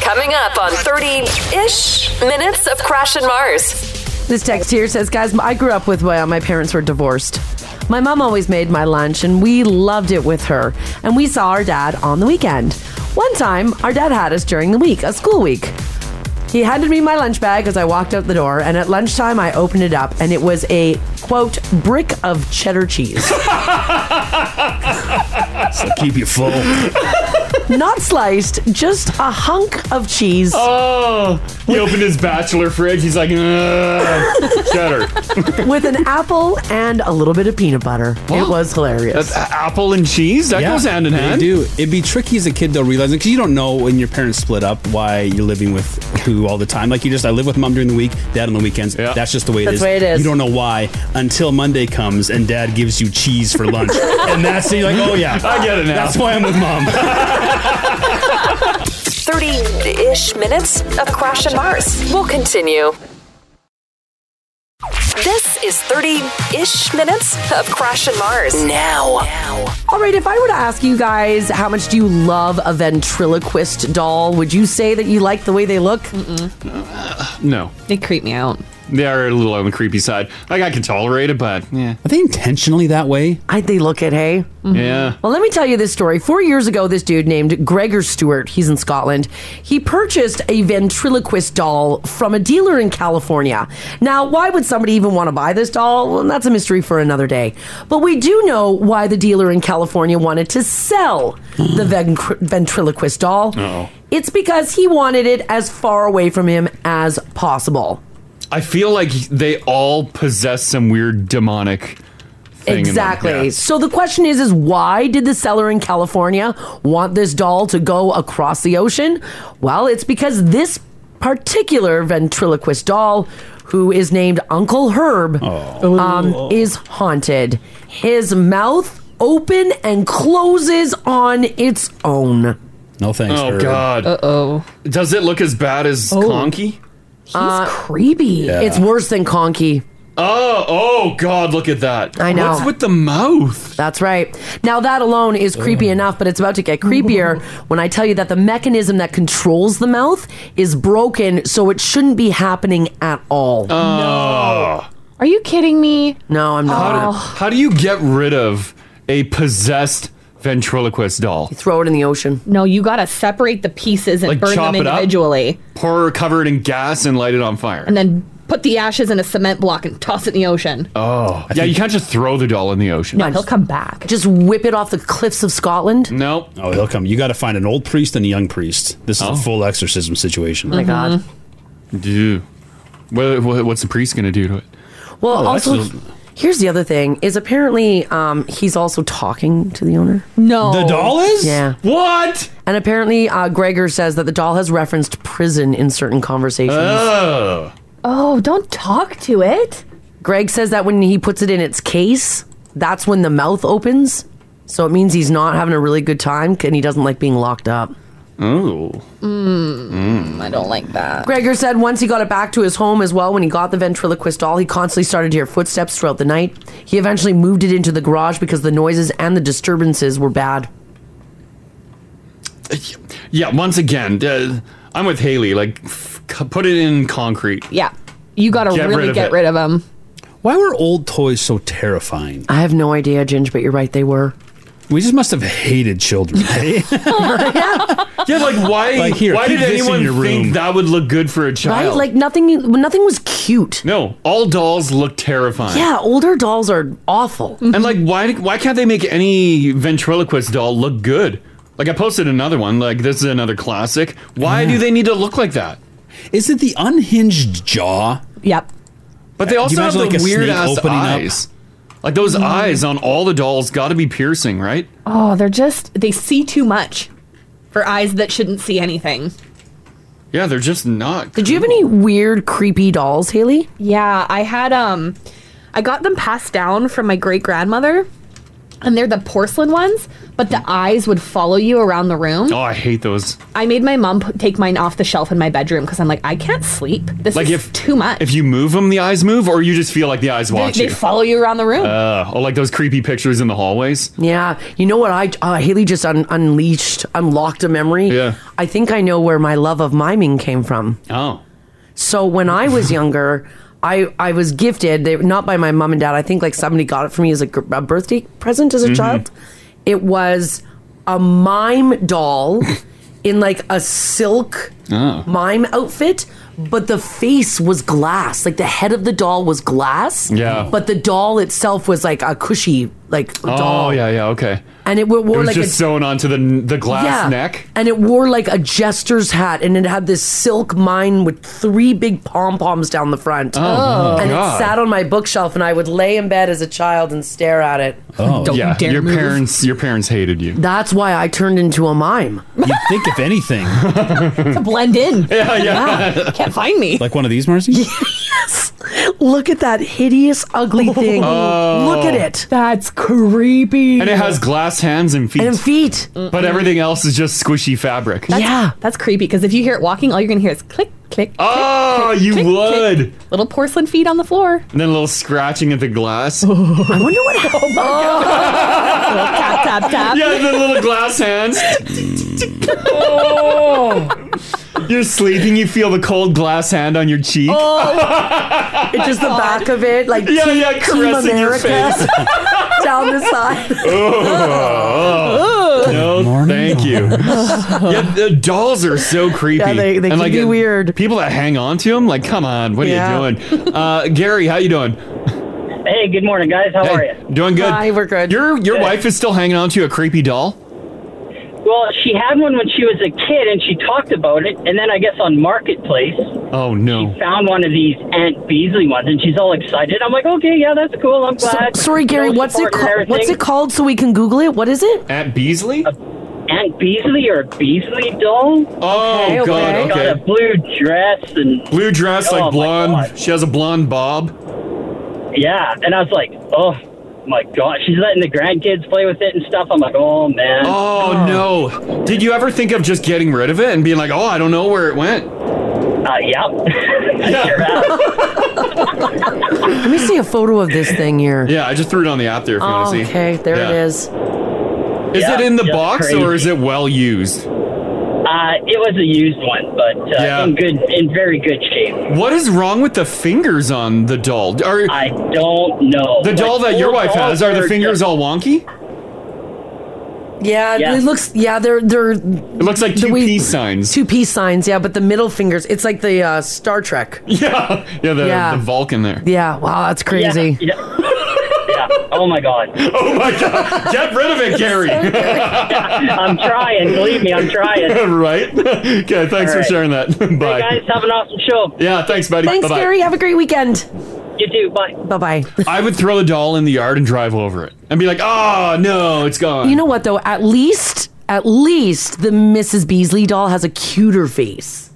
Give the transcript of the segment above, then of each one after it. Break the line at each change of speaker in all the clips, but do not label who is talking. Coming up on 30 ish minutes of Crash and Mars.
This text here says, guys, I grew up with well, my parents were divorced. My mom always made my lunch, and we loved it with her. And we saw our dad on the weekend. One time, our dad had us during the week, a school week. He handed me my lunch bag as I walked out the door, and at lunchtime, I opened it up, and it was a quote brick of cheddar cheese.
So keep you full.
Not sliced, just a hunk of cheese.
Oh, he opened his bachelor fridge. He's like, "Ugh, cheddar.
with an apple and a little bit of peanut butter. It was hilarious.
apple and cheese that goes hand in hand.
They do. It'd be tricky as a kid though, realizing because you don't know when your parents split up why you're living with who all the time. Like you just, I live with mom during the week, dad on the weekends. That's just the way it
That's
is.
the way it is.
You don't know why until Monday comes and dad gives you cheese for lunch, and that's it. You're like, oh yeah,
I get it now.
That's why I'm with mom.
30 ish minutes of Crash and Mars. We'll continue. This is 30 ish minutes of Crash and Mars. Now.
All right, if I were to ask you guys how much do you love a ventriloquist doll, would you say that you like the way they look?
No,
They creep me out.
they are a little on the creepy side. Like I can tolerate it, but yeah,
Are they intentionally that way?
I they look it, hey?
yeah.
Well, let me tell you this story. Four years ago, this dude named Gregor Stewart, he's in Scotland, he purchased a ventriloquist doll from a dealer in California. Now, why would somebody even want to buy this doll? Well, that's a mystery for another day. But we do know why the dealer in California wanted to sell the ven- ventriloquist doll.
Uh-oh.
It's because he wanted it as far away from him as possible.
I feel like they all possess some weird demonic thing. in them.
Exactly.
Yeah.
So the question is is why did the seller in California want this doll to go across the ocean? Well, it's because this particular ventriloquist doll who is named Uncle Herb
Oh.
um, is haunted. His mouth open and closes on its own.
No thanks.
Oh
Herb.
God. Uh
oh.
Does it look as bad as
Oh.
Conky?
He's
Uh,
creepy. It's worse than Conky.
Oh, oh God! Look at that.
I know.
What's with the mouth?
That's right. Now that alone is creepy enough, but it's about to get creepier when I tell you that the mechanism that controls the mouth is broken, so it shouldn't be happening at all.
Uh,
Oh.
Are you kidding me?
no, I'm not.
oh.
How, do, how do you get rid of a possessed ventriloquist doll?
Throw it in the ocean.
No, you gotta separate the pieces and
Like
burn
chop
them
it up?
individually,
Pour cover it in gas and light it on fire.
and then put the ashes in a cement block and toss it in the ocean.
Oh, yeah, you can't just throw the doll in the ocean.
no, he'll come back.
Just whip it off the cliffs of Scotland.
No.
Oh, he'll come. You got to find an old priest and a young priest. This
Oh.
is a full exorcism situation.
Oh my God.
Dude. What, what- what's the priest going to do to it?
Well,
Oh, that's
also,
a-
here's the other thing: is apparently um, he's also talking to the owner.
No.
The doll is?
oh. Yeah,
What?
and apparently uh, Gregor says that the doll has referenced prison in certain conversations.
Oh.
Oh, don't talk to it.
Greg says that when he puts it in its case, that's when the mouth opens. So it means he's not having a really good time and he doesn't like being locked up.
Oh.
I don't like that.
Gregor said once he got it back to his home as well, when he got the ventriloquist doll, he constantly started to hear footsteps throughout the night. He eventually moved it into the garage because the noises and the disturbances were bad.
Yeah, once again, uh, I'm with Haley. Like, f- c- put it in concrete.
Yeah. You gotta
Get
really
rid of
get
it.
rid of him.
Why were old toys so terrifying?
I have no idea, Ginge, but you're right, they were.
We just must have hated children. eh?
Yeah, like, why
Like, here,
Why
keep
did
this in
anyone
your room.
think that would look good for a
Right?
child?
Like nothing nothing was cute.
no, all dolls look terrifying.
Yeah, older dolls are awful.
And like, why why can't they make any ventriloquist doll look good? Like, I posted another one. Like, this is another classic. Why do they need to look like that?
Is it the unhinged jaw?
Yep.
But they
Uh, do
also
you
have
imagine,
the
like, a snake
weird ass
opening up? Mm-hmm.
eyes. Like those eyes on all the dolls got to be piercing, right?
Oh, they're just they see too much for eyes that shouldn't see anything.
Yeah, they're just not.
Did you have any weird, creepy dolls, Haley?
Yeah, I had um I got them passed down from my great grandmother. and they're the porcelain ones, but the eyes would follow you around the room.
Oh, I hate those.
I made my mom put, take mine off the shelf in my bedroom because I'm like, I can't sleep. This
like
is
if
too much.
If you move them, the eyes move, or you just feel like the eyes
They-
watch
they
you.
follow you around the room.
Uh, oh, like those creepy pictures in the hallways.
Yeah, you know what? I uh, Haley just un- unleashed, unlocked a memory. Yeah, I think I know where my love of miming came from.
Oh,
so when I was younger, I I was gifted they, not by my mom and dad. I think like somebody got it for me as a, gr- a birthday present
Mm-hmm.
as a child. It was a mime doll in like a silk
Oh.
mime outfit. But the face was glass. Like the head of the doll was glass.
Yeah.
But the doll itself was like a cushy, like doll
Oh yeah, yeah, okay.
and it wo-
it
wore
was
like
just
a
sewn onto the the glass
yeah,
neck.
and it wore like a jester's hat, and it had this silk mine with three big pom poms down the front.
Oh,
and
God.
it sat on my bookshelf, and I would lay in bed as a child and stare at it.
yeah. your parents, your parents hated you.
That's why I turned into a mime.
You think if anything,
to blend in.
Yeah,
yeah.
Can't find me.
like one of these, Marcy.
Look at that hideous, ugly thing.
Oh.
Look at it.
That's creepy.
And it has glass hands and feet.
And feet.
But everything else is just squishy fabric.
That's, That's creepy because if you hear it walking, all you're going to hear is click, click.
Oh, you would.
Little porcelain feet on the floor.
And then a little scratching at the glass.
I wonder what happened. Oh, my
God. tap, tap, tap.
Yeah, the little glass hands. You're sleeping, you feel the cold glass hand on your cheek.
Oh. it's just the back of it, like
Yeah,
Team-
yeah,
Team
caressing your
America
face.
down the side.
Oh. No, thank you. yeah, the dolls are so creepy.
Yeah, they- they can be
weird. People that hang on to them, like, come on, what are
Yeah.
you doing? Uh, Gary, how you doing?
Hey, good morning, guys. How
Hey,
are you?
Doing good.
Hi,
we're good.
Your your
Good.
wife is still hanging on to a creepy doll.
Well, she had one when she was a kid, and she talked about it. And then I guess on Marketplace,
Oh no.
found one of these Aunt Beasley ones, and she's all excited. I'm like, okay, yeah, that's cool. I'm
So-
glad.
sorry, Gary.
You know,
What's it
support and
called? What's
everything.
it called? So we can Google it. What is it?
Aunt Beasley?
Aunt Beasley or Beasley doll?
Oh
Okay,
god.
okay.
Okay.
Got a blue dress and
Blue dress,
Oh,
like
my
blonde. She has a blonde bob.
yeah, and I was like, oh my god, she's letting the grandkids play with it and stuff. I'm like, oh man.
Oh, no! Did you ever think of just getting rid of it and being like, "Oh, I don't know where it went"?
Uh, yeah.
Let me see a photo of this thing here.
yeah, I just threw it on the app there if you want
Oh,
to see.
okay, there it
Yeah.
is.
Is
Yeah,
it in the
yeah,
box or
crazy.
is it well used?
Uh, it was a used one, but uh,
Yeah.
in good, in very good shape.
What is wrong with the fingers on the doll? Are,
I don't know.
The doll
Like,
that your
old
wife
dolls
has, are the
are
fingers
just-
all wonky?
Yeah,
Yeah.
it looks. Yeah, they're they're. It
looks like two peace signs.
Two peace signs. Yeah, but the middle fingers. It's like the uh, Star Trek.
Yeah, yeah, the,
Yeah.
the Vulcan there.
Yeah. Wow, that's crazy.
Yeah. yeah. Oh my god.
Oh my god! Get rid of it, Gary.
I'm trying. Believe me, I'm trying.
right? Okay. Thanks
All
for
right.
sharing that. Bye.
Guys, have an awesome show.
Yeah. Thanks, buddy.
Thanks,
Bye-bye.
Gary. Have a great weekend.
You too. Bye.
Bye bye.
I would throw the doll in the yard and drive over it and be like, "Oh no, it's gone."
You know what though? At least, at least the Mrs. Beasley doll has a cuter face.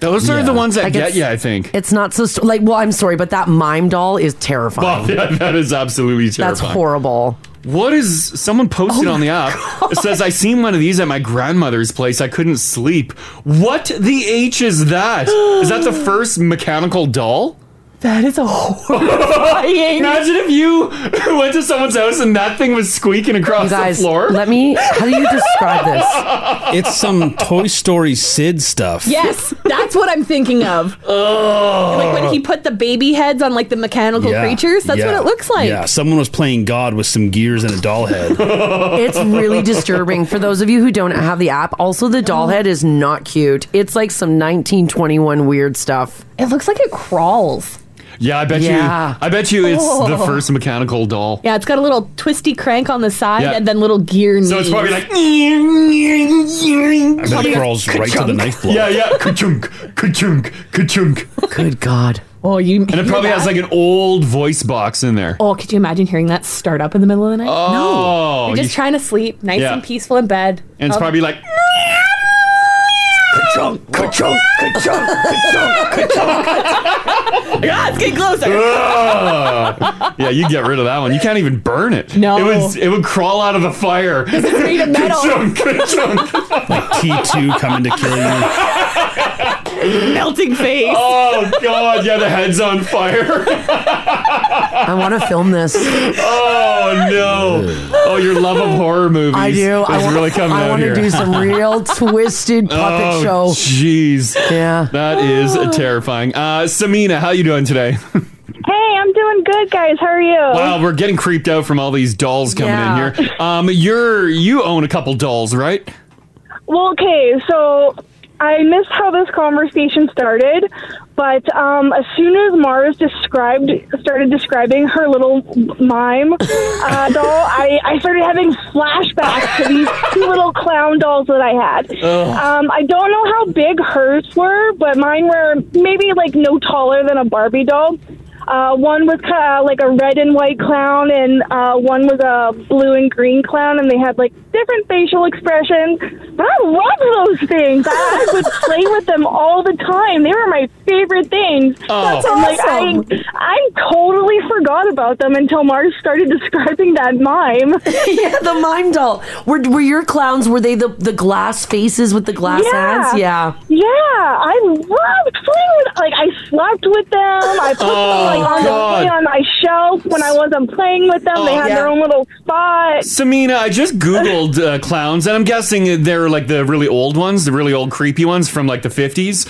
Those are the ones that
Like,
get
it's-
you. I think.
It's not so st- like. Well, I'm sorry, but that mime doll is terrifying.
Well, yeah, Oh, that is absolutely terrifying.
That's horrible.
What is someone posted
Oh
on the app? It says I seen one of these at my grandmother's place. I couldn't sleep. What the h is that? is that the first mechanical doll?
That is a horrifying.
Imagine if you went to someone's house and that thing was squeaking across
You guys,
the floor.
let me. How do you describe this?
It's some Toy Story Sid stuff.
Yes, that's what I'm thinking of.
Oh.
Like when he put the baby heads on like the mechanical
Yeah,
creatures, that's
yeah,
what it looks like.
Yeah, someone was playing God with some gears and a doll head.
It's really disturbing for those of you who don't have the app. Also, the doll head is not cute. It's like some 1921 weird stuff.
It looks like it crawls.
Yeah, I bet
Yeah.
you. I bet you it's the
Oh.
first mechanical doll.
Yeah, it's got a little twisty crank on the side
Yeah.
and then little gear knees.
So it's probably like.
I bet it crawls right to the knife blow.
Yeah, yeah. Ka-chunk, ka-chunk, ka-chunk.
Good God.
Oh, you.
And it probably has like an old voice box in there.
Oh, could you imagine hearing that start up in the middle of the night?
Oh,
You're just
you-
trying to sleep, nice
Yeah.
Oh. and peaceful in bed.
And it's
Oh,
probably like.
Ka-chunk, ka-chunk, ka-chunk, ka-chunk, ka-chunk.
God, Ah, it's getting closer.
Ugh. yeah, you get rid of that one. You can't even burn it.
No.
it would it would crawl out of the fire.
It's made of metal.
Ka-chunk, ka-chunk.
T2 coming to kill you.
Melting face.
Oh god, yeah, the head's on fire.
I want to film this.
Oh no! Oh, your love of horror movies.
I do. I
Is
wanna-
really coming
I
out
wanna
here.
do some real twisted puppet
oh,
show.
Jeez.
Yeah.
That is terrifying. Uh, Samina, how you doing today?
Hey, I'm doing good, guys. How are you?
wow, we're getting creeped out from all these dolls coming
Yeah.
in here. Um, you're you own a couple dolls, right?
Well, okay, so I missed how this conversation started, but um, as soon as Mars described started describing her little mime uh, doll, I, I started having flashbacks to these two little clown dolls that I had.
Ugh.
Um, I don't know how big hers were, but mine were maybe like no taller than a Barbie doll. Uh, one was kind of like a red and white clown, and uh, one was a blue and green clown, and they had like different facial expressions. But I love those things. I, I would play with them all the time. They were my favorite things.
Oh.
That's
And, like,
awesome.
I, I totally forgot about them until Mars started describing that mime.
yeah, the mime doll. Were, were your clowns? Were they the the glass faces with the glass hands? Yeah.
Yeah, I loved playing with. Like I slept with them. I put
Oh,
them like on
God.
the on my shelf when I wasn't playing with them. they
Oh,
had
yeah.
their own little spot.
Samina, I just googled uh, clowns, and I'm guessing they're like the really old ones, the really old creepy ones from like the 50s.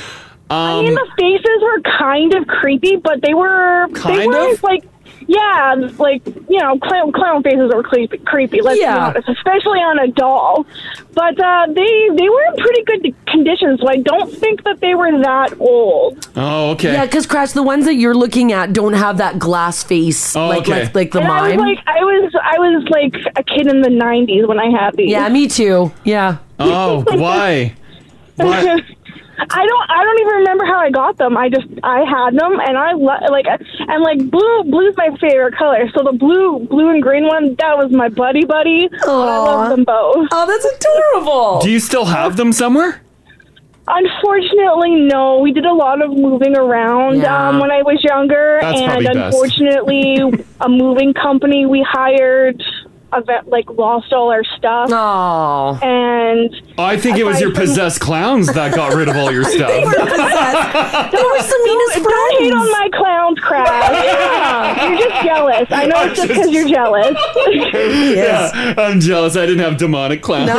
Um,
I mean, the faces were kind of creepy, but they were they
Kind
weren't like yeah, like you know, clown, clown faces were creepy. Creepy. Let's
Yeah.
be honest, especially on a doll. But uh, they they were in pretty good condition, so I don't think that they were that old.
Oh, okay.
Yeah, because Crash, the ones that you're looking at don't have that glass face, like,
Oh, okay.
like like the
and
mime.
I was like, I was, I was like a kid in the '90s when I had these.
yeah, me too. Yeah.
Oh, why? Why?
I don't, I don't even remember how I got them. I just, I had them, and I lo- like, and like blue, blue's my favorite color. So the blue, blue and green one, that was my buddy buddy. I love them both.
Oh, that's adorable.
Do you still have them somewhere?
Unfortunately, no. We did a lot of moving around
Yeah.
um, when I was younger,
That's
and
probably best.
unfortunately, a moving company we hired, a vet, like lost all our stuff.
Oh.
And
I think it was your possessed clowns that got rid of all your
They
stuff.
were possessed. They were Samina's friends. Don't hate on my clowns, crap. Yeah. You're just jealous. I know it's just because you're jealous.
Yeah, I'm jealous. I didn't have demonic clowns.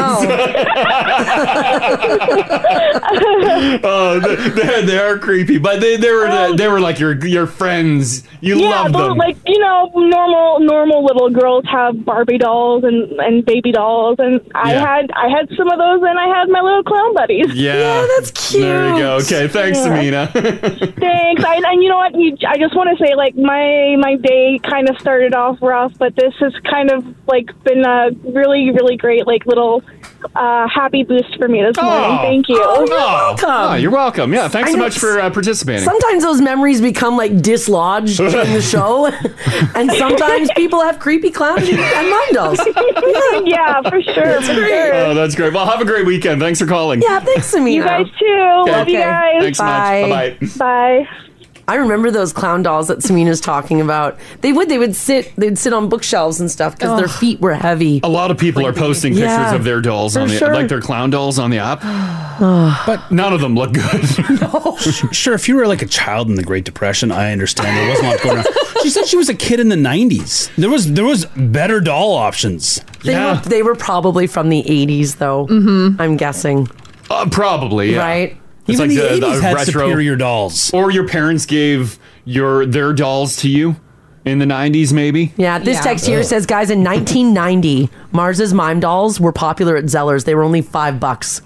oh, they- they, they are creepy, but they, they were they were like your your friends. You
Oh. yeah,
loved
but
them.
like you know, normal normal little girls have Barbie dolls and and baby dolls, and I
Yeah.
had I had some of those, and I had my little clown buddies.
yeah, There you go. Okay, thanks,
Yeah.
Samina.
Thanks. I, and you know what? You, I just want to say, like, my my day kind of started off rough, but this has kind of like been a really, really great, like, little uh, happy boost for me this morning. Thank you.
Oh, you're welcome.
Oh, you're welcome. Yeah, thanks
I
so
know
much for uh, participating.
Sometimes those memories become like dislodged during the show, and sometimes people have creepy clowns and- and mime dolls. Yeah,
for sure.
That's
for
great.
sure.
Oh, that's great. Well, have a great weekend. Thanks for calling.
Yeah, thanks, Samina.
You guys too. Love you guys.
Thanks Bye.
much. Bye-bye.
Bye.
I remember those clown dolls that Samina's talking about. They would, they would sit, they'd sit on bookshelves and stuff because their
Ugh.
feet were heavy.
A lot of people are posting pictures
Yeah,
of their dolls
for
on the
sure.
like their clown dolls on the app.
but
none of them look good.
sure, if you were like a child in the Great Depression, I understand there wasn't a lot going on. She said she was a kid in the '90s. There was there was better doll options.
They, were, they were probably from the 80s, though,
Mm-hmm.
I'm guessing.
Uh, probably, yeah.
Right?
It's
Even
like
the
the, the,
80s had
retro
superior
dolls,
or your parents gave your their dolls to you in the '90s, maybe.
Yeah, this text here says, guys, in 1990, Mars's mime dolls were popular at Zellers. They were only five bucks.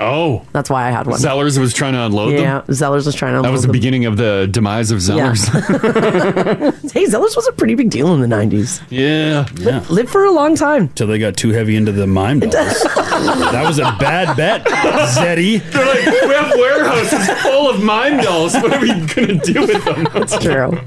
Oh,
that's why I had one.
Zellers was trying to unload them.
Yeah, Zellers was trying to.
That
unload
was the
them.
beginning of the demise of Zellers.
hey, Zellers was a pretty big deal in the 90s.
Yeah,
yeah.
Lived for a long time
till they got too heavy into the mime dolls. that was a bad bet, Zeddy.
They're like, we have warehouses full of mime dolls. What are we gonna do with them? That's
true.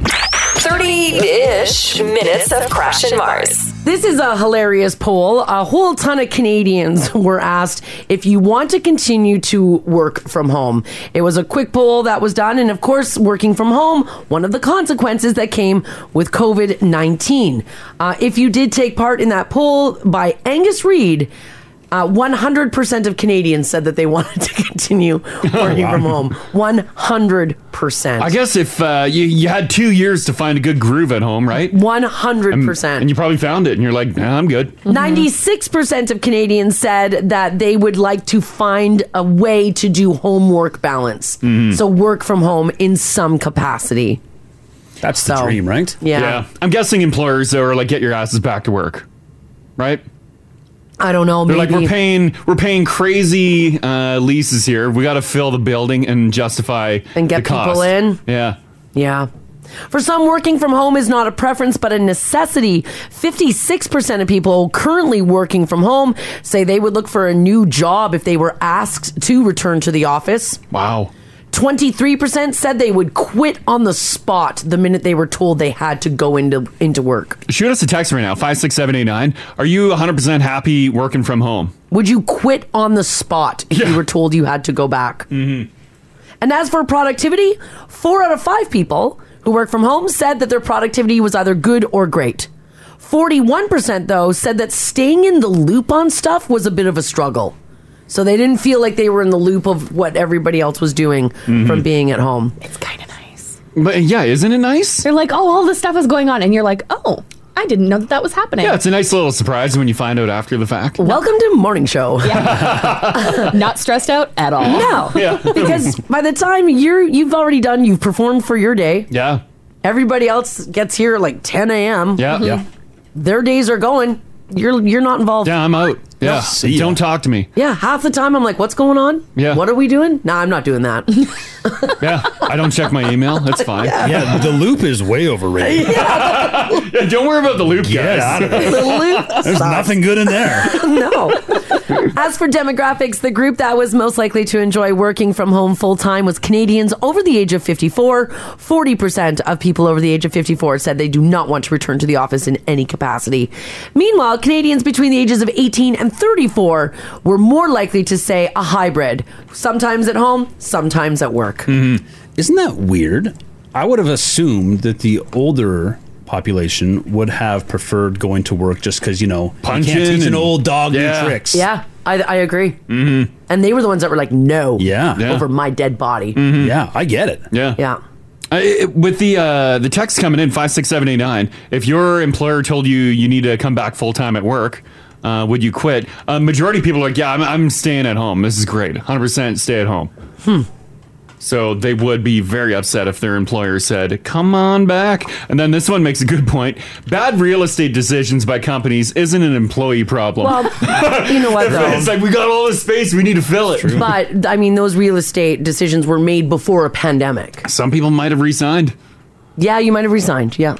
30 ish minutes of Crash and Mars.
This is a hilarious poll. A whole ton of Canadians were asked if you want to continue to work from home. It was a quick poll that was done. And of course, working from home, one of the consequences that came with COVID 19. Uh, if you did take part in that poll by Angus Reid, uh, 100% of Canadians said that they wanted to continue working
Oh, wow.
from home. 100%.
I guess if uh, you you had two years to find a good groove at home, right?
One hundred percent.
And you probably found it, and you're like, nah, I'm good.
96% of Canadians said that they would like to find a way to do homework balance.
Mhm.
So work from home in some capacity.
That's
the dream,
right?
Yeah.
I'm guessing employers though are like, get your asses back to work, right?
I don't know.
They're like,
maybe-
we're paying we're paying crazy uh, leases here. We got to fill the building and justify
And get
the cost.
people in?
Yeah.
Yeah. For some, working from home is not a preference, but a necessity. 56% of people currently working from home say they would look for a new job if they were asked to return to the office.
Wow.
23% said they would quit on the spot the minute they were told they had to go into, into work.
Shoot us a text right now, 56789. Are you 100% happy working from home?
Would you quit on the spot if you were told you had to go back? Mm-hmm. And as for productivity, four out of five people who work from home said that their productivity was either good or great. 41%, though, said that staying in the loop on stuff was a bit of a struggle. So they didn't feel like they were in the loop of what everybody else was doing from being at home.
But yeah, isn't it nice?
They're like, oh, all this stuff is going on, and you're like, oh, I didn't know that that was happening.
Yeah, it's a nice little surprise when you find out after the fact.
Welcome to Morning Show.
Not stressed out at all.
No,
Yeah.
because by the time you're you've already done, you've performed for your day.
Yeah.
Everybody else gets here like 10 a.m.
Yeah. Yeah.
Their days are going. You're you're not involved.
Yeah, I'm out. Yeah. Don't talk to me.
Yeah, half the time I'm like, what's going on?
Yeah.
What are we doing? Nah, I'm not doing that.
Yeah. I don't check my email. That's fine.
Yeah.
Yeah, the loop is way overrated.
Yeah, don't worry about the loop,
Get
guys.
out of it.
The loop
There's
sucks.
nothing good in there.
no. As for demographics, the group that was most likely to enjoy working from home full time was Canadians over the age of 54. 40% of people over the age of 54 said they do not want to return to the office in any capacity. Meanwhile, Canadians between the ages of 18 and 34 were more likely to say a hybrid, sometimes at home, sometimes at work.
Isn't that weird? I would have assumed that the older population would have preferred going to work just because you know you
Punching
can't teach an
and-
old dog
Yeah.
new tricks.
Yeah, I, I agree. Mm-hmm. And they were the ones that were like, no,
Yeah. Yeah.
over my dead body.
Mm-hmm.
Mm-hmm. Yeah, I get it.
Yeah.
Yeah.
with the uh, the text coming in five six seven eight nine, if your employer told you you need to come back full time at work, uh, would you quit? Uh, majority of people are like, yeah, I'm, I'm staying at home. This is great, hundred percent stay at home.
Hmm.
So they would be very upset if their employer said, "Come on back." And then this one makes a good point: bad real estate decisions by companies isn't an employee problem.
Well, you know what, though?
it's like we got all this space, we need to fill it.
But I mean, those real estate decisions were made before a pandemic.
Some people might have resigned.
Yeah, you might have resigned. Yeah.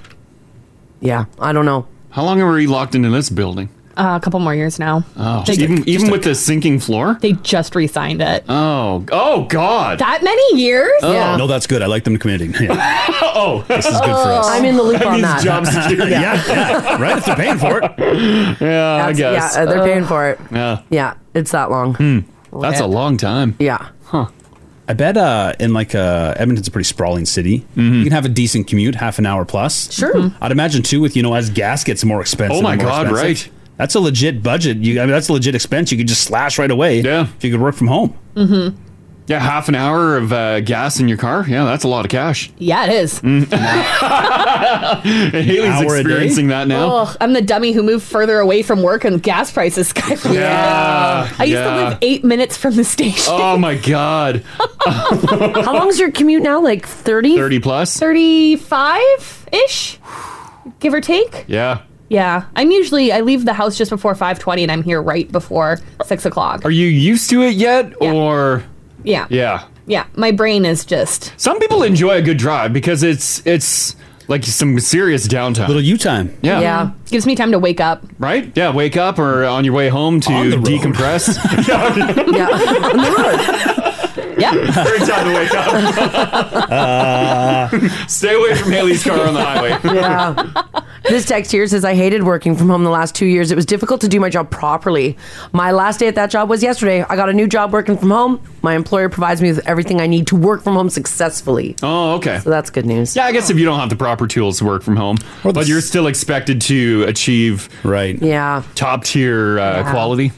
Yeah, I don't know.
How long are we locked into this building?
Uh, a couple more years now.
Oh,
Just-
even
just
even
a-
with the sinking floor.
They just re signed it.
Oh, oh God!
That many years?
Oh. Yeah.
No, that's good. I like them committing. Yeah.
oh,
This is good for us.
I'm in the loop
That
on
means
that.
job security.
Yeah.
yeah, yeah, right. If they're paying for it,
yeah, I
That's-
guess. Oh. Hmm.
Yeah, uh, they're paying for it.
Yeah,
Yeah, it's that long.
that's a long time.
Yeah.
Huh.
I bet uh, in like uh, Edmonton's a pretty sprawling city.
Mm-hmm.
You can have a decent commute, half an hour plus. Mm-hmm.
Sure. Mhm.
I'd imagine too, with you know, as gas gets more expensive.
Oh my
and more
God,
expensive, That's a legit budget. You, I mean, that's a legit expense. You could just slash right away. Yeah. If you could work from home.
Mm.
Mm-hmm.
Yeah, half an hour of uh, gas in your car. Yeah, that's a lot of cash.
Yeah, it is.
Mm. And Haley's
hour a day?
experiencing that now.
Ugh, I'm the dummy who moved further away from work and gas prices skyrocketed.
Yeah,
I used
yeah.
to live eight minutes from the station.
Oh my God!
How long's your commute now? Like 30?
Thirty plus.
35 ish, give or take.
Yeah.
Yeah. I'm usually, I leave the house just before 520 and I'm here right before six o'clock.
Are you used to it yet, or
Yeah.
yeah?
Yeah. My brain is just,
Some people enjoy a good drive because it's it's like some serious downtime.
Little U time.
Yeah.
Gives me time to wake up.
Right? Yeah. Wake up or on your way home to decompress.
Yeah.
Great time to wake up. Stay away from Haley's car on the highway.
Yeah. Oh. This text here says, I hated working from home the last two years. It was difficult to do my job properly. My last day at that job was yesterday. I got a new job working from home. My employer provides me with everything I need to work from home successfully.
Oh, okay. So
that's good news.
Yeah, I guess if you don't have the proper tools to work from home, but you're still expected to achieve
right.
Yeah.
Top tier uh,
Yeah.
quality.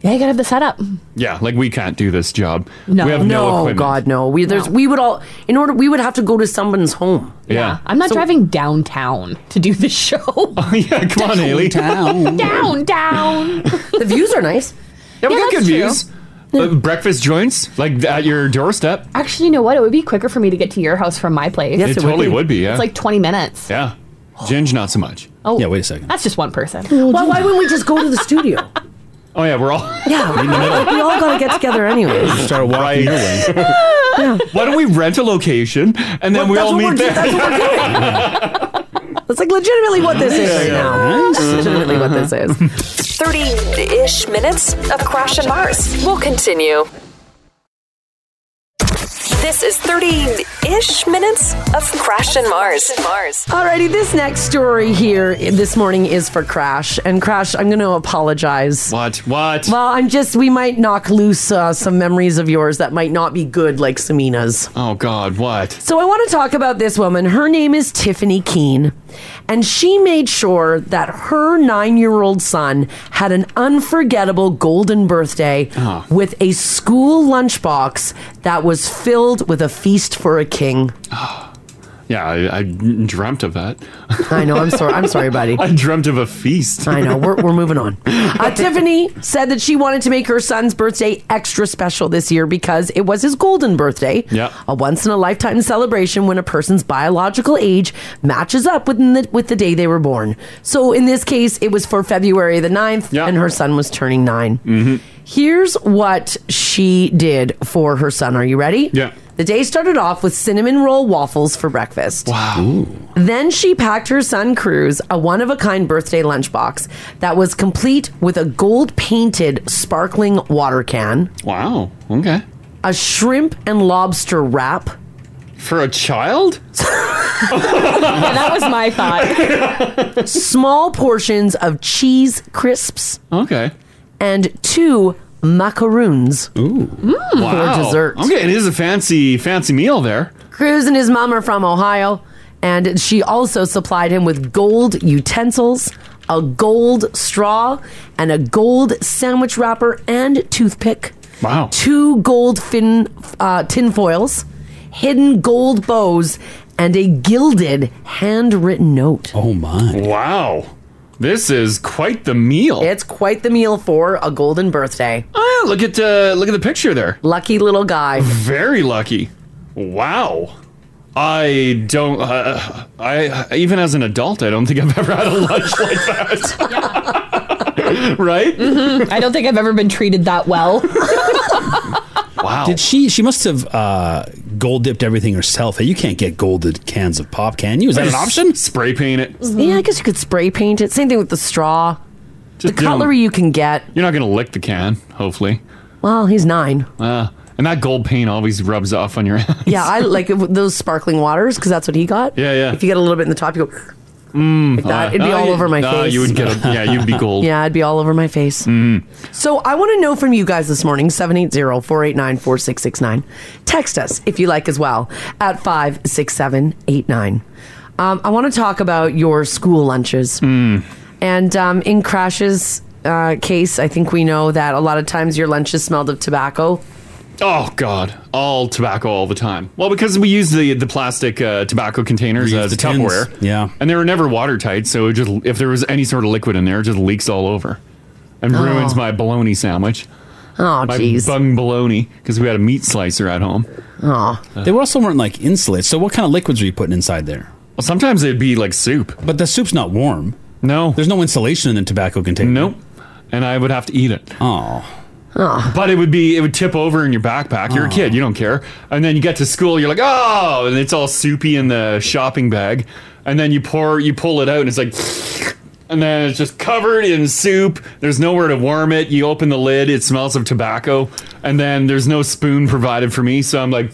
Yeah, you gotta have the setup.
Yeah, like we can't do this job.
No.
we have no,
No,
equipment.
God, no. We there's we would all in order we would have to go to someone's home.
Yeah.
I'm not driving downtown to do this show. Oh,
yeah, come on, Haley.
Down, down,
the views are nice.
Yeah, we
Yeah,
got good
that's true.
views. Uh, breakfast joints, like at your doorstep.
Actually, you know what? It would be quicker for me to get to your house from my place.
Yes, It it would totally be. would be, yeah.
It's like 20 minutes.
Yeah. Ginge, not so much.
Oh. Yeah,
wait a second. That's
just one person.
Why, why wouldn't we just go to the studio?
Oh, yeah, we're all.
Yeah,
in the middle.
we all got to get together anyway.
Start walking your way.
Why don't we rent a location and then we
Well,
all meet there?
that's what we're doing. That's what we're doing. That's like legitimately what this is right now. That's legitimately what this is.
30 ish minutes of Crash and Mars. We'll continue. This is 30 ish minutes of Crash and Mars. Mars.
Alrighty, this next story here this morning is for Crash. And Crash, I'm going to apologize.
What? What?
Well, I'm just, we might knock loose uh, some memories of yours that might not be good, like Samina's.
Oh, God, what?
So I want to talk about this woman. Her name is Tiffany Keene, and she made sure that her nine-year-old son had an unforgettable golden birthday with a school lunchbox that was filled with a feast for a king.
Yeah, I, I dreamt of that.
I know. I'm sorry. I'm sorry, buddy.
I dreamt of a feast.
I know. We're, we're moving on. Uh, Tiffany said that she wanted to make her son's birthday extra special this year because it was his golden birthday.
Yeah.
A once in a lifetime celebration when a person's biological age matches up within the, with the day they were born. So in this case, it was for February the 9th, and her son was turning 9 Here's what she did for her son. Are you ready? Yeah. The day started off with cinnamon roll waffles for breakfast.
Wow.
Then she packed her son Cruz a one of a kind birthday lunchbox that was complete with a gold painted sparkling water can.
Wow. Okay.
A shrimp and lobster wrap.
For a child?
that was my
thought. Small portions of cheese crisps.
Okay.
And two macaroons.
Ooh.
For dessert.
Okay, it is a fancy, fancy meal there.
Cruz and his mom are from Ohio, and she also supplied him with gold utensils, a gold straw, and a gold sandwich wrapper and toothpick.
Wow.
Two gold fin uh, tinfoils, hidden gold bows, and a gilded handwritten note.
Oh my.
Wow. This is quite the meal.
It's quite the meal for a golden birthday.
Ah, look at uh, look at the picture there.
Lucky little guy.
Very lucky. Wow. I don't. Uh, I even as an adult, I don't think I've ever had a lunch like that. right?
Mm-hmm.
I don't think I've ever been treated that well.
Wow.
Did she? She must have uh, gold dipped everything herself. You can't get golded cans of pop, can you? Is that an option?
Spray paint it.
Yeah, I guess you could spray paint it. Same thing with the straw.
Just
the
do 'em.
cutlery you can get.
You're not gonna lick the can, hopefully.
Well, he's nine.
Uh, and that gold paint always rubs off on your.
Yeah, I like it with those sparkling waters because that's what he got.
Yeah, yeah.
If you get a little bit in the top, you go
Mm,
like that. It'd be
uh,
all
uh,
over my
uh,
face.
You would get. A, Mm. yeah, you'd be gold.
Yeah, it'd be all over my face. So I want to know from you guys this morning 780 489 4669. Text us if you like as well at 56789. Um, I want to talk about your school lunches.
Mm.
And um, in Crash's uh, case, I think we know that a lot of times your lunches smelled of tobacco.
Oh God! All tobacco all the time. Well, because we use the the plastic uh, tobacco containers
We use
as
the tins.
Tupperware.
Yeah.
and they were never watertight, so it just if there was any sort of liquid in there, it just leaks all over, and
Oh.
ruins my bologna sandwich.
Oh,
my
jeez.
bung bologna because we had a meat slicer at home.
Oh,
Uh.
They were also weren't like insulated. So what kind of liquids were you putting inside there?
Well, sometimes it'd be like soup,
but the soup's not warm.
No,
there's no insulation in the tobacco container.
Nope, and I would have to eat it.
Oh.
But it would be it would tip over in your backpack. You're a kid, you don't care. And then you get to school, you're like, oh, and it's all soupy in the shopping bag. And then you pour, you pull it out, and it's like, and then it's just covered in soup. There's nowhere to warm it. You open the lid, it smells of tobacco, and then there's no spoon provided for me, so I'm like,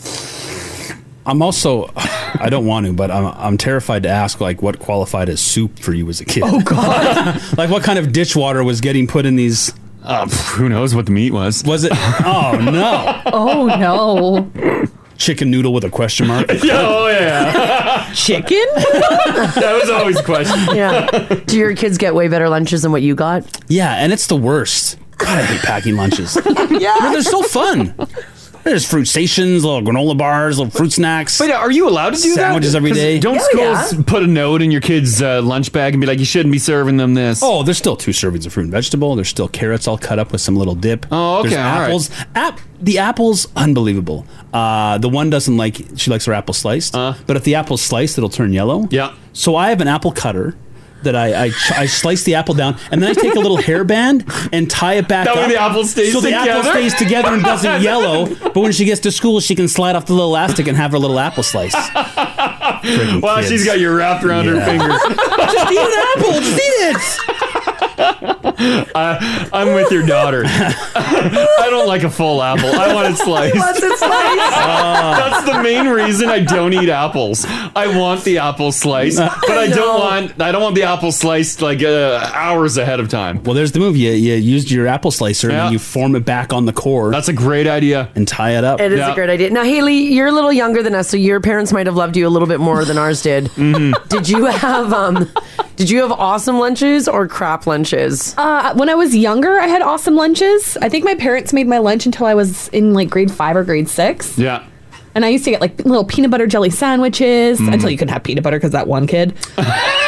I'm also I don't want to, but I'm, I'm terrified to ask like what qualified as soup for you as a kid.
Oh,
God! like what kind of ditch water was getting put in these?
"Ah, who knows what the meat was?
Was it? Oh no!
oh no!
Chicken noodle with a question mark.
oh yeah.
Chicken?
that was always a question.
Yeah. Do your kids get way better lunches than what you got?
Yeah, and it's the worst. God, I hate packing lunches. yeah, they're so fun. There's fruit stations, little granola bars, little fruit snacks.
Wait, are you allowed to do that?
Sandwiches every
'Cause
day.
Don't schools put a note in your kid's uh, lunch bag and be like, you shouldn't be serving them this?
Oh, there's still two servings of fruit and vegetable. There's still carrots all cut up with some little dip. Oh,
okay,
There's
all right.
apples. App the apples unbelievable. Uh, the one doesn't like she likes her apple sliced,
Uh.
but if the apple's sliced, it'll turn yellow. Yeah. So I have an apple cutter. That I, I ch- I slice the apple down and then I take a little hairband and tie it back.
That way
up,
the apple stays
so the apple
together?
stays together and doesn't yellow. But when she gets to school, she can slide off the little elastic and have her little apple slice. Friggin'
Wow,
kids.
she's got you wrapped around her
Yeah.
finger.
Just
eat an apple. Just eat it.
I, I'm with your daughter. I don't like a full apple. I want it sliced.
Wants it sliced.
That's the main reason I don't eat apples. I want the apple sliced, but I don't want I don't want the apple sliced like uh, hours ahead of time.
Well, there's the move. You, you used your apple slicer and
Yeah.
then you form it back on the core. That's
a great idea.
And tie it up.
It is a great idea. Now, Haley, you're a little younger than us, so your parents might have loved you a little bit more than ours did.
Mm-hmm.
Did you have um, did you have awesome lunches or crap lunches?
Uh, when I was younger, I had awesome lunches. I think my parents made my lunch until I was in like grade five or grade six.
Yeah.
And I used to get like little peanut butter jelly sandwiches
Mm.
until you couldn't have peanut butter because that one kid.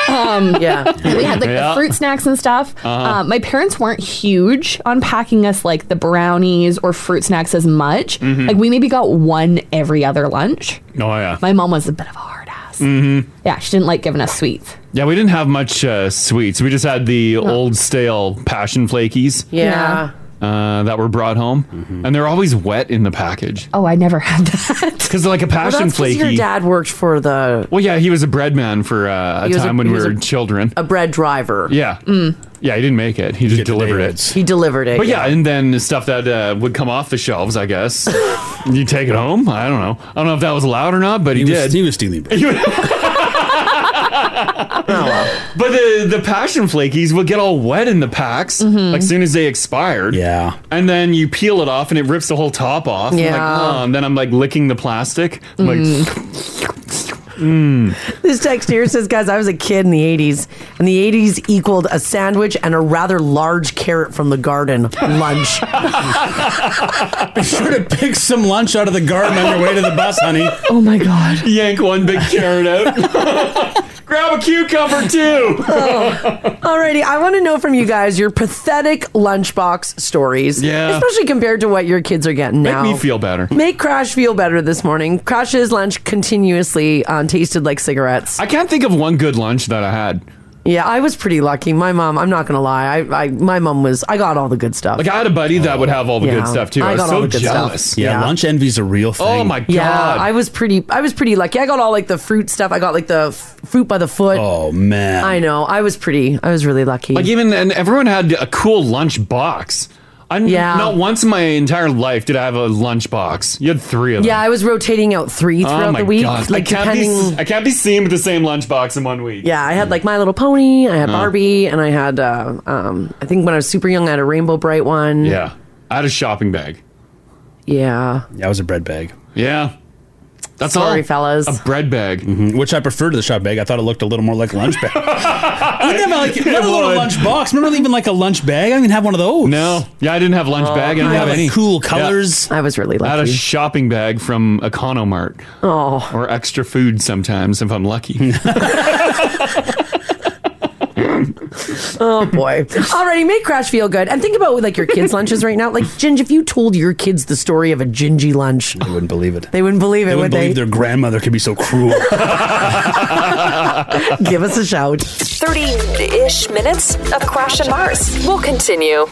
um,
yeah.
We had like
Yeah.
the fruit snacks and stuff.
Uh-huh.
Uh, my parents weren't huge on packing us like the brownies or fruit snacks as much.
Mm-hmm.
Mhm.
Like we maybe got one every other lunch.
Oh yeah.
My mom was a bit of a hard ass.
Mm-hmm.
Yeah, she didn't like giving us sweets.
Yeah, we didn't have much uh, sweets. We just had the old stale passion flakies.
Yeah.
Uh, that were brought home,
Mm-hmm.
and they're always wet in the package.
Oh, I never had that.
Because like a
Well,
passion
that's 'cause
flaky.
Your dad worked for the
Well, yeah, he was a bread man for uh, a
He was a-
time when
he
we
was
were
a-
children.
a bread driver.
Yeah.
Mm.
Yeah, he didn't make it. He just delivered it.
He delivered it.
But yeah, and then the stuff that uh, would come off the shelves, I guess. you take it home. I don't know. I don't know if that was allowed or not, but he,
He was-
did.
he was stealing.
But the the passion flakies would get all wet in the packs
Mm-hmm.
like soon as they expired.
Yeah.
And then you peel it off and it rips the whole top off. I'm like,
Yeah.
"Oh," and then I'm like licking the plastic. I'm like, mm.
This text here says, guys, I was a kid in the 80s, and the 80s equaled a sandwich and a rather large carrot from the garden lunch.
Be sure to pick some lunch out of the garden on your way to the bus, honey.
Oh my god.
Yank one big carrot out. Grab a cucumber too.
Alrighty, I want to know from you guys your pathetic lunchbox stories.
Yeah.
Especially compared to what your kids are getting
Make
now.
me feel better.
Make Crash feel better this morning. Crash's lunch continuously um, tasted like cigarettes.
I can't think of one good lunch that I had.
Yeah, I was pretty lucky. My mom, I'm not gonna lie, I, I my mom was I got all the good stuff.
Like I had a buddy that would have all the
Yeah.
good stuff too.
I
I,
got
was
all
so
the good
jealous.
stuff. Yeah, Yeah. lunch
envy's a real thing.
Oh my god.
Yeah, I was pretty. I was pretty lucky. I got all like the fruit stuff. I got like the f- fruit by the foot.
Oh man,
I know. I was pretty. I was really lucky.
Like even and everyone had a cool lunch box. I
Yeah.
not once in my entire life did I have a lunch box. You had three of them.
yeah, I was rotating out three throughout
Oh my
the week.
God.
Like
I can't
depending.
be I can't be seen with the same lunch box in one week.
yeah, I had like My Little Pony. I had
Oh.
Barbie, and I had. Uh, um, I think when I was super young, I had a Rainbow Bright one.
Yeah. I had a shopping bag.
Yeah.
Yeah, I was a bread bag.
Yeah. That's
Sorry,
all.
fellas.
A bread bag,
Mm, which I prefer to the shop bag. I thought it looked a little more like lunch bag. I didn't have like
It
not a little
would.
lunch box. Remember even like a lunch bag. I didn't even have one of those.
No, yeah, I didn't have lunch
Oh,
bag. I didn't
yeah,
have
like
any
cool colours.
I was really
I had a
lucky.
shopping bag from Economart.
Oh,
or extra food sometimes if I'm lucky.
Oh boy! Already make Crash feel good, and think about like your kids' lunches right now. Like Ginge, if you told your kids the story of a Gingy lunch,
they wouldn't believe it.
They wouldn't believe it,
They
would
wouldn't
they?
believe their grandmother could be so cruel.
Give us a shout.
30 ish minutes of Crash and Mars. We'll continue.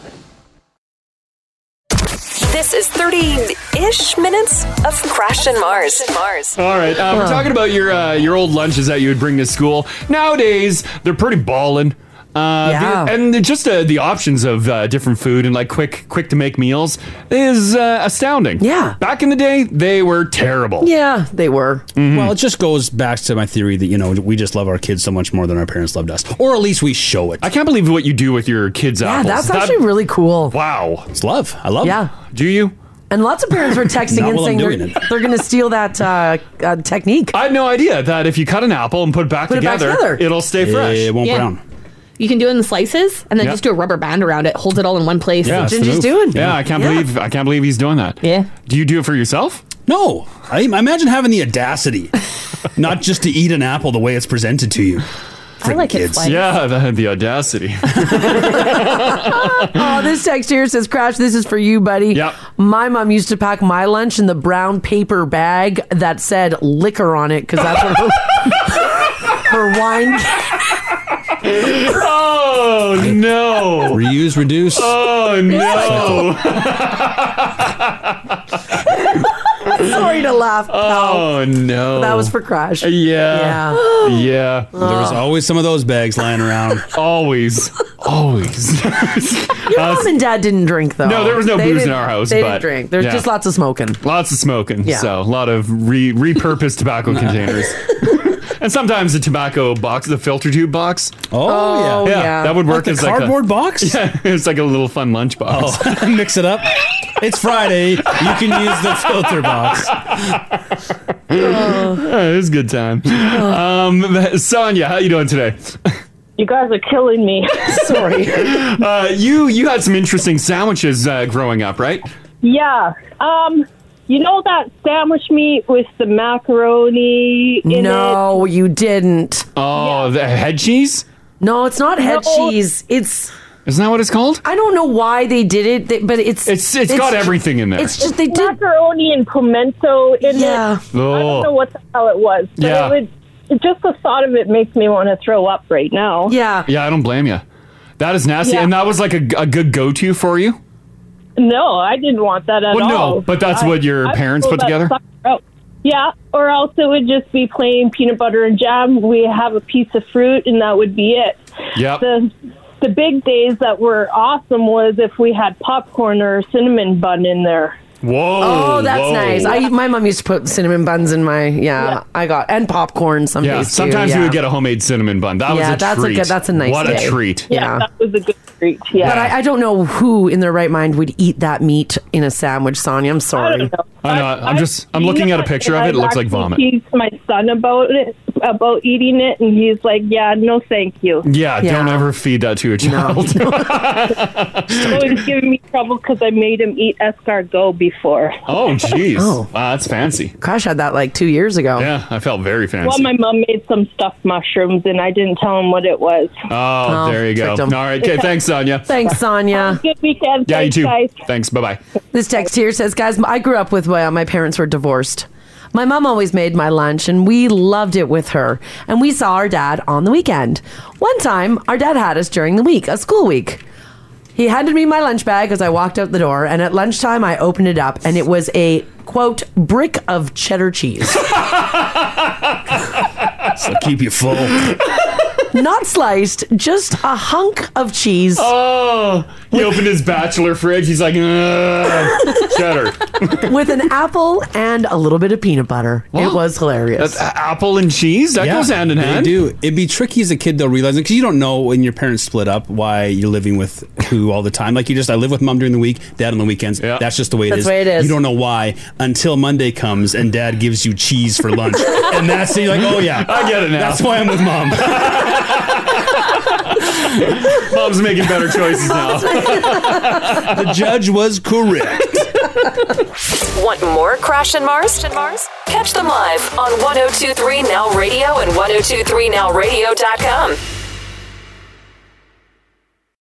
This is 30 ish minutes of Crash and Mars. Mars.
All right, uh, we're talking about your uh, your old lunches that you would bring to school. Nowadays, they're pretty ballin'. Uh,
Yeah.
the- and the- just uh, the options of uh, different food and like quick, quick to make meals is uh, astounding. Yeah. Back in the day, they were terrible.
Yeah, they were.
Well, it just goes back to my theory that you know we just love our kids so much more than our parents loved us, or at least we show it.
I can't believe what you do with your kids'
Yeah,
apples.
that's actually really cool.
Wow,
it's love. I love.
Yeah.
Do you?
And lots of parents were texting
Not
and
while I'm
saying they're,
doing it.
they're going to steal that uh, uh, technique.
I had no idea that if you cut an apple and put it back,
Put it back
together,
together.
will stay fresh.
Yeah. You can do it in slices and then
Yeah.
just do a rubber band around it. Hold it all in one place.
Yeah, that's the move. Yeah, I can't believe I can't believe he's doing that. Yeah. Do you do it for yourself?
No, I, I imagine having the audacity, not just to eat an apple the way it's presented to you.
I like it sliced.
Yeah, the, the audacity.
oh, this text here says, Crash, this is for you, buddy. Yep. My mom used to pack my lunch in the brown paper bag that said liquor on it because that's what her, her wine.
oh no!
Reuse, reduce.
Oh no!
Sorry to laugh. pal.
Oh no! Uh,
That was for Crash.
Yeah.
Yeah.
Yeah.
There's always some of those bags lying around.
always. Always.
Your mom and dad didn't drink, though.
No, there was no
They
booze in
didn't-
our house.
They
but,
didn't drink. There's
yeah.
just lots of smoking.
Lots of smoking.
Yeah.
So a lot of re- repurposed tobacco containers. and sometimes the tobacco box, the filter tube box.
Oh, yeah. yeah.
That would
Like
work
the
as
cardboard Oh.
like a, box. Yeah, it's like a little fun lunch box.
Mix it up. It's Friday. You can use the filter box.
Yeah, it was a good time. Um, Sonia, how you doing today?
You guys are killing me.
Sorry.
Uh, you you had some interesting sandwiches uh, growing up, right?
Yeah. Um, you know that sandwich meat with the macaroni in it?
No, you didn't.
Oh, the head cheese?
No, it's not head cheese. It's
isn't that what it's called?
I don't know why they did it, they- but it's
It's- it's got everything in there.
It's just they did.
Macaroni and pimento in it. I don't know what the hell it was. But
Yeah.
it would, it- just the thought of it makes me want to throw up right now.
Yeah.
Yeah, I don't blame you. That is nasty,
Yeah.
and that was like a, a good go to for you.
No, I didn't want that at
Well, no,
all.
but that's what your parents
threw
put
that
together?
sucker out. Yeah, or else it would just be plain peanut butter and jam. We have a piece of fruit, and that would be it.
Yep.
The the big days that were awesome was if we had popcorn or cinnamon bun in there.
Whoa!
Oh, that's nice. I my mom used to put cinnamon buns in my yeah. I got and popcorn some
Yeah,
days too,
sometimes you
yeah.
would get a homemade cinnamon bun. That
yeah,
was a
that's
treat.
a good. That's a nice.
What
day.
a treat!
that was a good treat. Yeah,
But I, I don't know who in their right mind would eat that meat in a sandwich, Sonia. I'm sorry.
I know. I'm just. I'm looking at a picture of it. It looks like vomit.
He's my son about it, about eating it, and he's like, "Yeah, no, thank you."
Yeah, don't ever feed that to a child.
So he's giving me trouble because I made him eat escargot before.
oh, jeez. Wow, that's fancy.
Crash had that like two years ago.
Yeah, I felt very fancy.
Well, my mom made some stuffed mushrooms, and I didn't tell him what it was.
oh,
Oh,
there you go.
tricked
All
'em.
right. Okay. Thanks, Sonia.
Thanks, Sonia.
Good weekend.
Yeah, you
Thanks,
too.
guys.
Thanks. Bye bye.
This text here says, guys, I grew up with well, my parents were divorced. My mom always made my lunch and we loved it with her. And we saw our dad on the weekend. One time, our dad had us during the week, a school week. He handed me my lunch bag as I walked out the door, and at lunchtime I opened it up and it was a quote brick of cheddar cheese.
So keep you full.
Not sliced, just a hunk of cheese.
Oh, he opened his bachelor fridge. He's like, "Ugh, cheddar.
with an apple and a little bit of peanut butter. it was hilarious.
That's a- apple and cheese. That goes hand in hand.
They do. It'd be tricky as a kid though, realizing because you don't know when your parents split up why you're living with who all the time. Like you just, I live with mom during the week, dad on the weekends. That's just the way it
That's
is.
the way it is.
You don't know why until Monday comes and dad gives you cheese for lunch, and that's it. You're like, oh yeah,
I get it now.
That's why I'm with mom.
Mom's making better choices now.
the judge was correct.
Want more Crash and Mars? And Mars? oh Catch them live on 1023 Now Radio and 1023NowRadio.com.